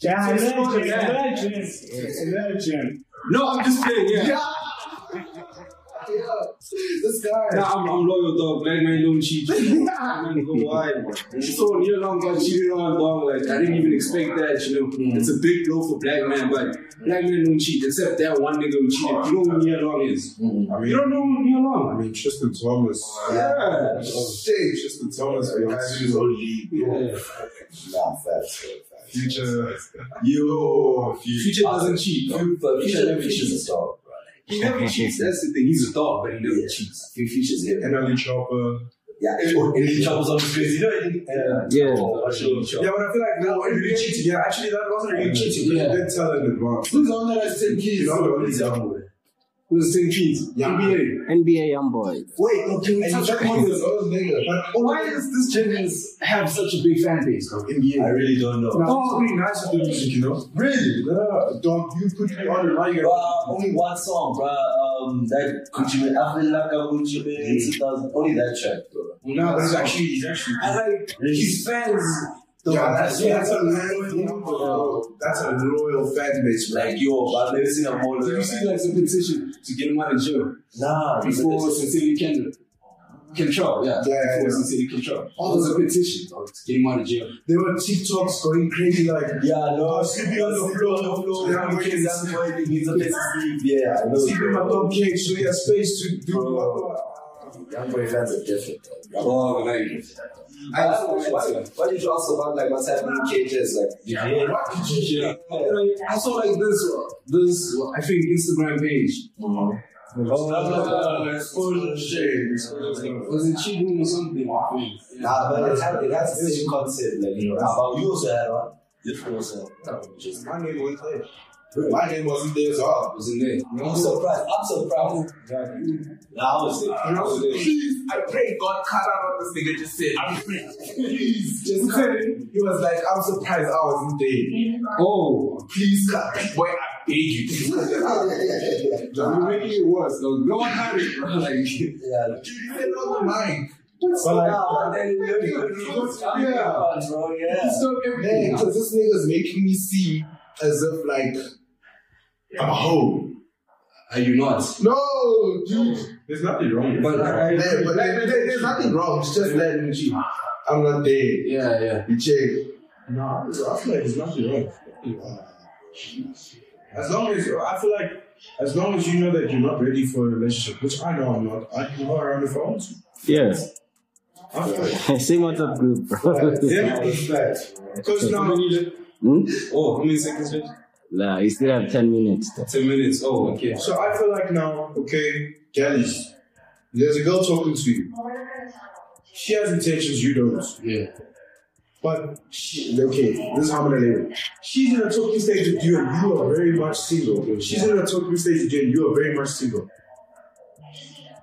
Yeah, It's not imagine, bad. imagine, imagine. No, I'm just playing. Yeah. this guy. Nah, I'm, I'm loyal, dog. Black man don't cheat. I'm gonna go wide. So near long got cheated on, dog. Like I didn't even expect that. You know, Mm. it's a big blow for black man, but black men don't cheat except that one nigga who cheated. You know who near long is? I mean, You don't know who near long. I mean Tristan Thomas. Yeah. Shit, Tristan Thomas. man. He's on league. Yeah. Nah, facts, bro, facts. Future. Yo, future. Future doesn't cheat. dog. Future, future never Future- cheats a dog, bro. He never cheats. That's the thing. He's a dog, but he never Yeah. cheats. Future's here. NLE Chopper. Yeah, Oh, and he travels on his crazy. You know, Yeah. Oh, I should- Yeah, but I feel like that wasn't really cheating. Yeah, actually, that wasn't really cheating. because You did tell in advance. Who's on that as 10 You kids? know, the only dumb way. Who's 10 kids? NBA. NBA young boys. Wait, okay, And touch you- upon this other nigga. But Why does this gen have such a big fan base, dog? I really don't know. now, it's pretty nice with the music, you know? Really? Yeah, dog, you put me on it. Now you got Bruh, Uh, only one song, bruh. Um, that Gucci Mane, Afrilaka Gucci Mane, 2000. Only that track, bro. No, that's actually, he's actually. I like his fans. Yeah, that's, yeah, that's a loyal, that's a loyal fan base, man. Like yo, but I've never seen a more. Did you see like some petition to get him out of jail Nah, before it's- Sincerely Kendra? Control, yeah. Yeah, yeah, yeah. before Sincerely Control. Oh, there's a petition dog, to get him out of jail. There were TikToks going crazy, like, yeah, no. I was sleeping on the floor, on the floor, and I'm waking up. He's a place to sleep. Yeah, I know. Sleeping in my bro. dog cage, so he has space to do blah, blah, blah. Young boy fans are different. Bro. Oh, like, I don't know why. Why did you ask about like what's happening in cages? Like, yeah, yeah. Like, I saw like this, this I think Instagram page. Exposure shade. Was it cheat room or something? Nah, but it has, it has the same concept. Like, you know, about you also had one. You uh, also had one. Just My name wasn't there. My name wasn't there as well. Was in there. I'm surprised. I'm surprised. Nah, I was there. I was there. Please, I pray God cut out what this nigga just said. I'm free. Please, just cut it. He was like, I'm surprised I wasn't there. Oh, Please cut it. Boy, I beg you. Please cut that out. you're making it worse. dog. No one had it, bro. Like, Yeah. Dude, you said not the mic. But like, Yeah. Man, because this nigga's making me seem as if like I'm a hoe. are you not? No, dude. There's nothing wrong with But I, I, Man, but there, there- there's nothing wrong. It's just that I'm not there. yeah, yeah. You check. Nah, I feel like there's nothing wrong. As long as I feel like, as long as you know that you're not ready for a relationship, which I know I'm not, I can go around if I want to. Yeah. I feel like Same WhatsApp group, bro. yeah, because now Hmm? Oh, how many seconds left? Nah, you still have 10 minutes. though. Ten minutes. Oh, okay. So I feel like now, okay, galleys, there's a girl talking to you. She has intentions you don't. Yeah. But she, okay, this is how I'm gonna label. it. She's in a talking stage with you, and you are very much single. She's in a talking stage with you, and you are very much single.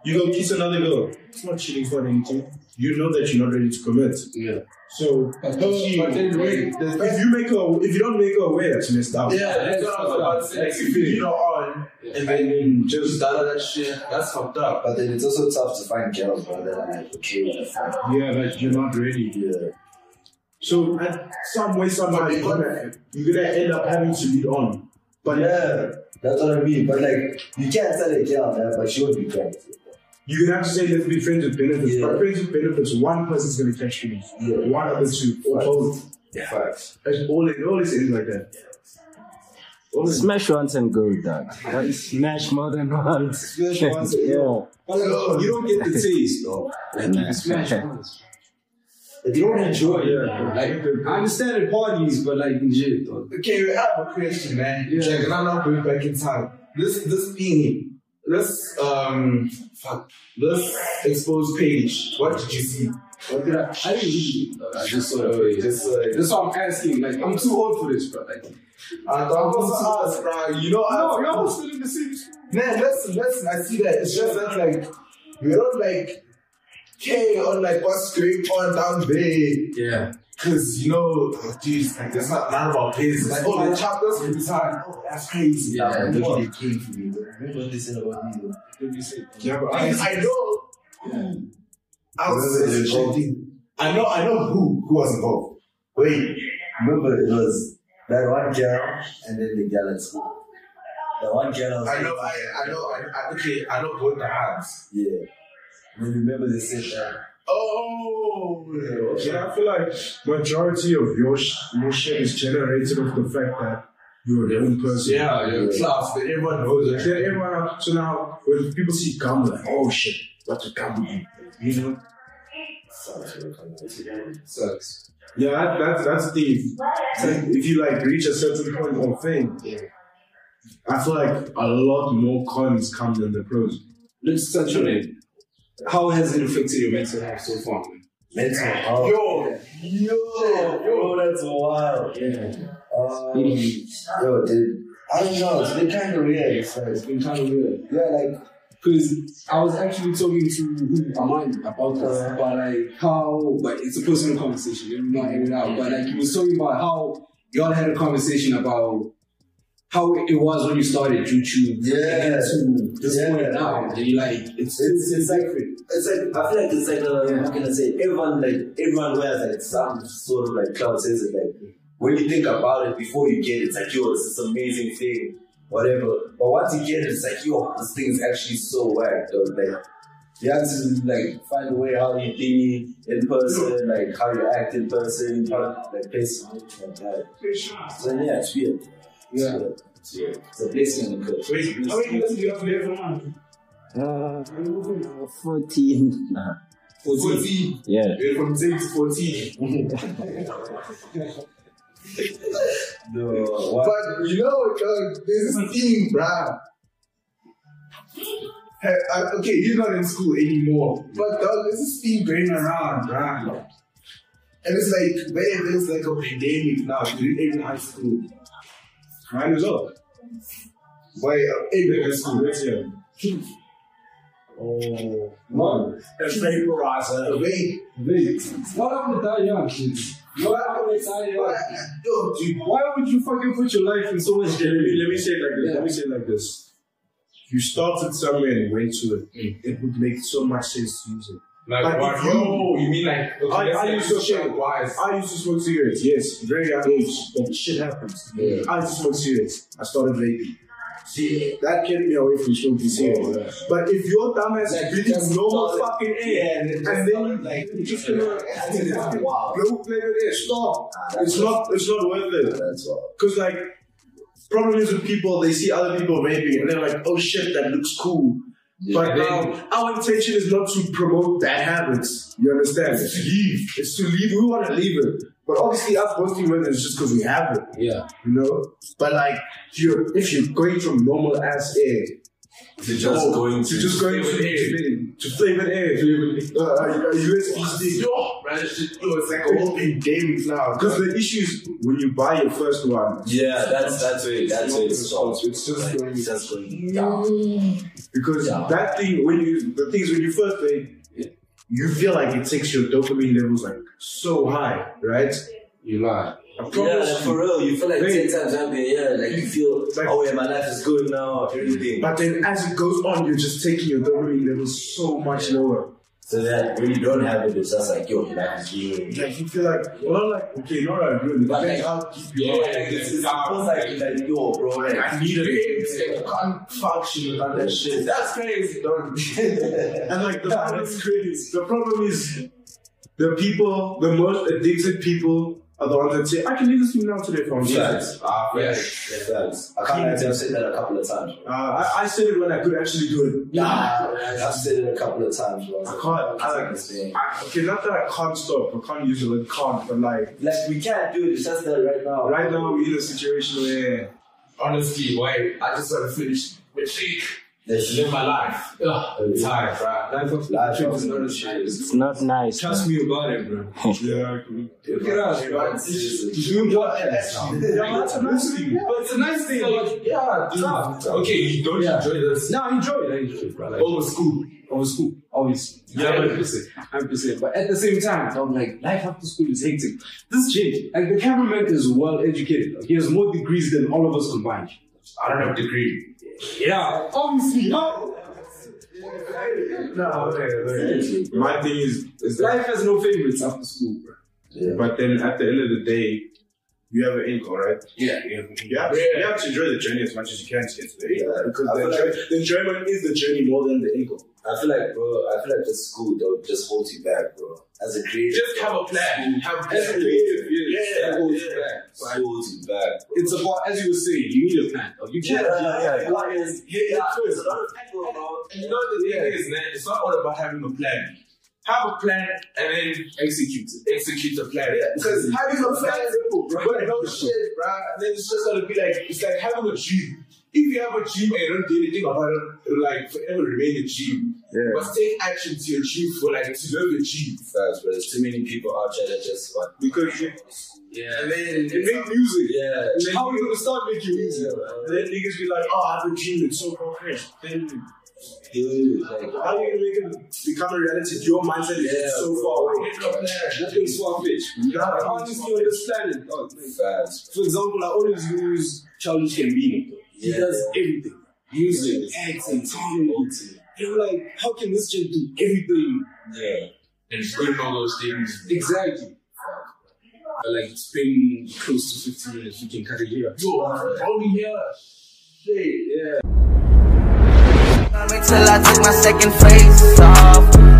You go kiss another girl. It's not cheating for anything. You know that you're not ready to commit. Yeah. So But then- she- but then wait, there's- if you make her, if you don't make her aware, it's messed up. Yeah, that's what I was about to say. Like, if you know, on and then just that other shit. That's fucked up. But then it's also tough to find girls, bro. That are like okay with the fact. Yeah, like you're not ready. Yeah. So at some way, somehow, you're gonna you're gonna end up having to lead on. But yeah, that's what I mean. But like, you can't tell a girl that, but she won't be crying. You're gonna have to say let's be friends with benefits. But friends with benefits, one person's gonna catch you. One of the two or both. Yeah. Facts. It's all it always ends like that. Smash once and go, dog. Like, Smash more than once. Smash once and yeah. go. But like, you don't get the taste, though. Like, Nah. you smash once. You don't enjoy it. Like, I understand at parties, but like in jail, dog. Okay, we have a question, man. Yeah. Check, and I'm not going back in time. This this thing, this um, fuck, this exposed page. What did you see? What did I? I didn't read it. dog. I just saw it. away. Just saw it. That's what I'm asking. Like, I'm too old for this, bro. Like, I thought it was us, bro. You know, no, us- you're almost still in the same. Man, listen, listen. I see that. It's just that like we don't like care on like what's going on down there. Yeah. Cause you know, oh, geez, like that's not none of our business. Like, oh, why- they chopped us from the side. Oh, that's crazy. Yeah, Like, look what? at the king for me. Remember what they said about me? though? What did you say? Yeah, but I, I know. I was Remember the whole- I know, I know who who was involved. Wait, remember it was that one girl and then the girl at school. That one girl. I know, I, I know, I, I, okay, I know both the hands. Yeah. Then remember they said that. Oh, Yeah, I feel like majority of your, sh- your shit is generated off the fact that you're your own person. Yeah, you're class, but everyone knows it. Yeah, everyone else- So now, when people see gum, like, oh shit, that's a gum. You know? Sucks. Yeah, that, that's that's the like, if you like reach a certain point or thing, I feel like a lot more cons come than the pros. Let's touch on it. How has it affected your mental health so far, man? Mental health. Yo, yo, yo, that's wild. Yeah. Um, yo, dude. I don't know. It's been kind of weird. It's like, It's been kind of weird. Yeah, like, because I was actually talking to who Amani about this, but like how, but it's a personal conversation. You're not hanging out, but like you was talking about how y'all had a conversation about how it was when you started YouTube. Yeah. and to this point now, and you're like it's it's, it's like it's like I feel like it's like uh, how can I say everyone like everyone wears like some sort of like cloud says it like when you think about it before you get it, it's like yo, it's this amazing thing, whatever. But once you get it, it's like yo, this thing is actually so whack. though. Like you have to like find a way how you think in person, like how you act in person, like place like that. So yeah, it's weird. Yeah. It's weird. It's a placement in the culture. Oh, How many years do you have left on Uh, 14. Nah. 14. Yeah. We're Uh, from 10 to 14. but you know, dog, there's this thing, bruh. Hey, I- okay, you're not in school anymore. But dog, there's this thing going around, bruh. And it's like, man, there's like a pandemic now during every high school. Mine as well. Why, uh, every high school. That's yeah. Oh, No. A vaporizer. A vape. What happened to that young kids? What happened to that young kids? Yo, dude, Why would you fucking put your life in so much? Let me, let me say it like this. Let me say it like this. You started somewhere and went to it. mm, It would make so much sense to use it. Like, But what? if Yo, you mean like, okay, I, let's I say used to it's smoke. wise. I used to smoke cigarettes. Yes, very young age, but shit happens. Yeah. I used to smoke cigarettes. I started vaping. See, that kept me away from smoking cigarettes. But if your Like, dumbass like, just breathes normal started- fucking air, Yeah, and just then you like, just gonna fucking blow flavored air, stop. It's not. It's not worth it. That's all. Because like, problem is with people, they see other people vaping and they're like, oh shit, that looks cool. but now, our intention is not to promote that habit. You understand? It's to leave. It's to leave. We want to leave it. But obviously, us posting with it is just because we have it. Yeah. You know? But like, you're, if you're going from normal ass air They're just No, going to You're just going flavored air. to flavored air. Uh, are, are you SPC? Yo, man, it's just- yo, it's like a whole- Open games now. Because the issue is when you buy your first one. Yeah, that's that's where that's where it's solved. It's just Like, going- it's just going. Because that thing when you the things when you first play, you feel like it takes your dopamine levels like so high, right? You lie. I Yeah, promise like you. for real, you feel like Hey. ten times happier. Yeah, like you feel, oh yeah, my life is good now. Everything. But then as it goes on, you're just taking your dopamine levels so much lower. So that when you don't have it, it's just like yo, your life is good. Like you feel like, well, like okay, not that good. But Depends like- how deep you Yeah, are. like, it's, it's, it feels like you're like yo, bro. Like, I need a game. I can't function without that shit. That's crazy. Don't. and like the problem is crazy. The problem is the people, the most addicted people are the ones that say, I can leave this thing now today for Facts. Ah, facts. Yeah, facts. I can't lie, I've said that a couple of times. Uh, I, I said it when I could actually do it. Nah, I've said it a couple of times. Bro. I can't. I, like, I, okay, not that I can't stop. I can't use it. I can't. But like, Like we can't do it. It's just that right now. right now we're in a situation where Honestly, why? I just want to finish my shake. The Live my life. Ugh, I'm tired, bro. Life of Life trip of is not a shit. It's not nice. Trust me about it, bro. yeah, Look at us, bro. Doing your ass. Yeah, that's a nice thing. But it's a nice thing. Like, yeah, tough. Okay, you don't enjoy this. No, I enjoy it. I enjoy it, bro. Like, Over school. over school, obviously. Yeah, I'm but- percent, I'm percent. But at the same time, I'm like, life after school is hectic. This change, like the cameraman is well educated. Like, he has more degrees than all of us combined. I don't have a degree. Yeah, obviously. No, No, okay, okay. My thing is, is that, life has no favorites after school, bro. but then at the end of the day, you have an income, right? Yeah. You have, you have, you have to enjoy the journey as much as you can to get to the income. Because I the, feel journey, the enjoyment is the journey more than the income. I feel like, bro. I feel like the school though just holds you back, bro. As a creative, Just have a plan. Have a As plan. a creative, Yeah, yeah, yeah. yeah. school holds you back. Bro. It's about, as you were saying, you need a plan. Like, you yeah, can't. yeah, yeah. Yeah, Yeah, it's there's a lot of people, bro. You know the thing is, man, it's not all about having a plan. Have a plan and then execute it. Execute the plan. Because having a plan is simple, bro. But no shit, bro. And then it's just gonna be like it's like having a dream. If you have a dream and you don't do anything about it, it'll like forever remain a dream. Yeah. But take action to your dream for like to live your dream. Facts, bro. There's too many people out there that just want. Because you, Yeah. And then and make music. Yeah. And then, How are you gonna start making music? and then niggas be like, oh, I have a dream, it's so concrete. Then Dude, like, how are you gonna make it become a reality? Your mindset is Yeah. so far away. Nothing's far fetched. I Nah, honestly understand Oh, it. dog. facts. For example, I always use Childish Gambino. He Yeah. does everything. Music, acting, comedy. You're like, how can this chick do everything Yeah. And doing all those things. exactly? But like, it's been close to 15 minutes. We can cut it here. Shit, yeah. Till I took my second face off.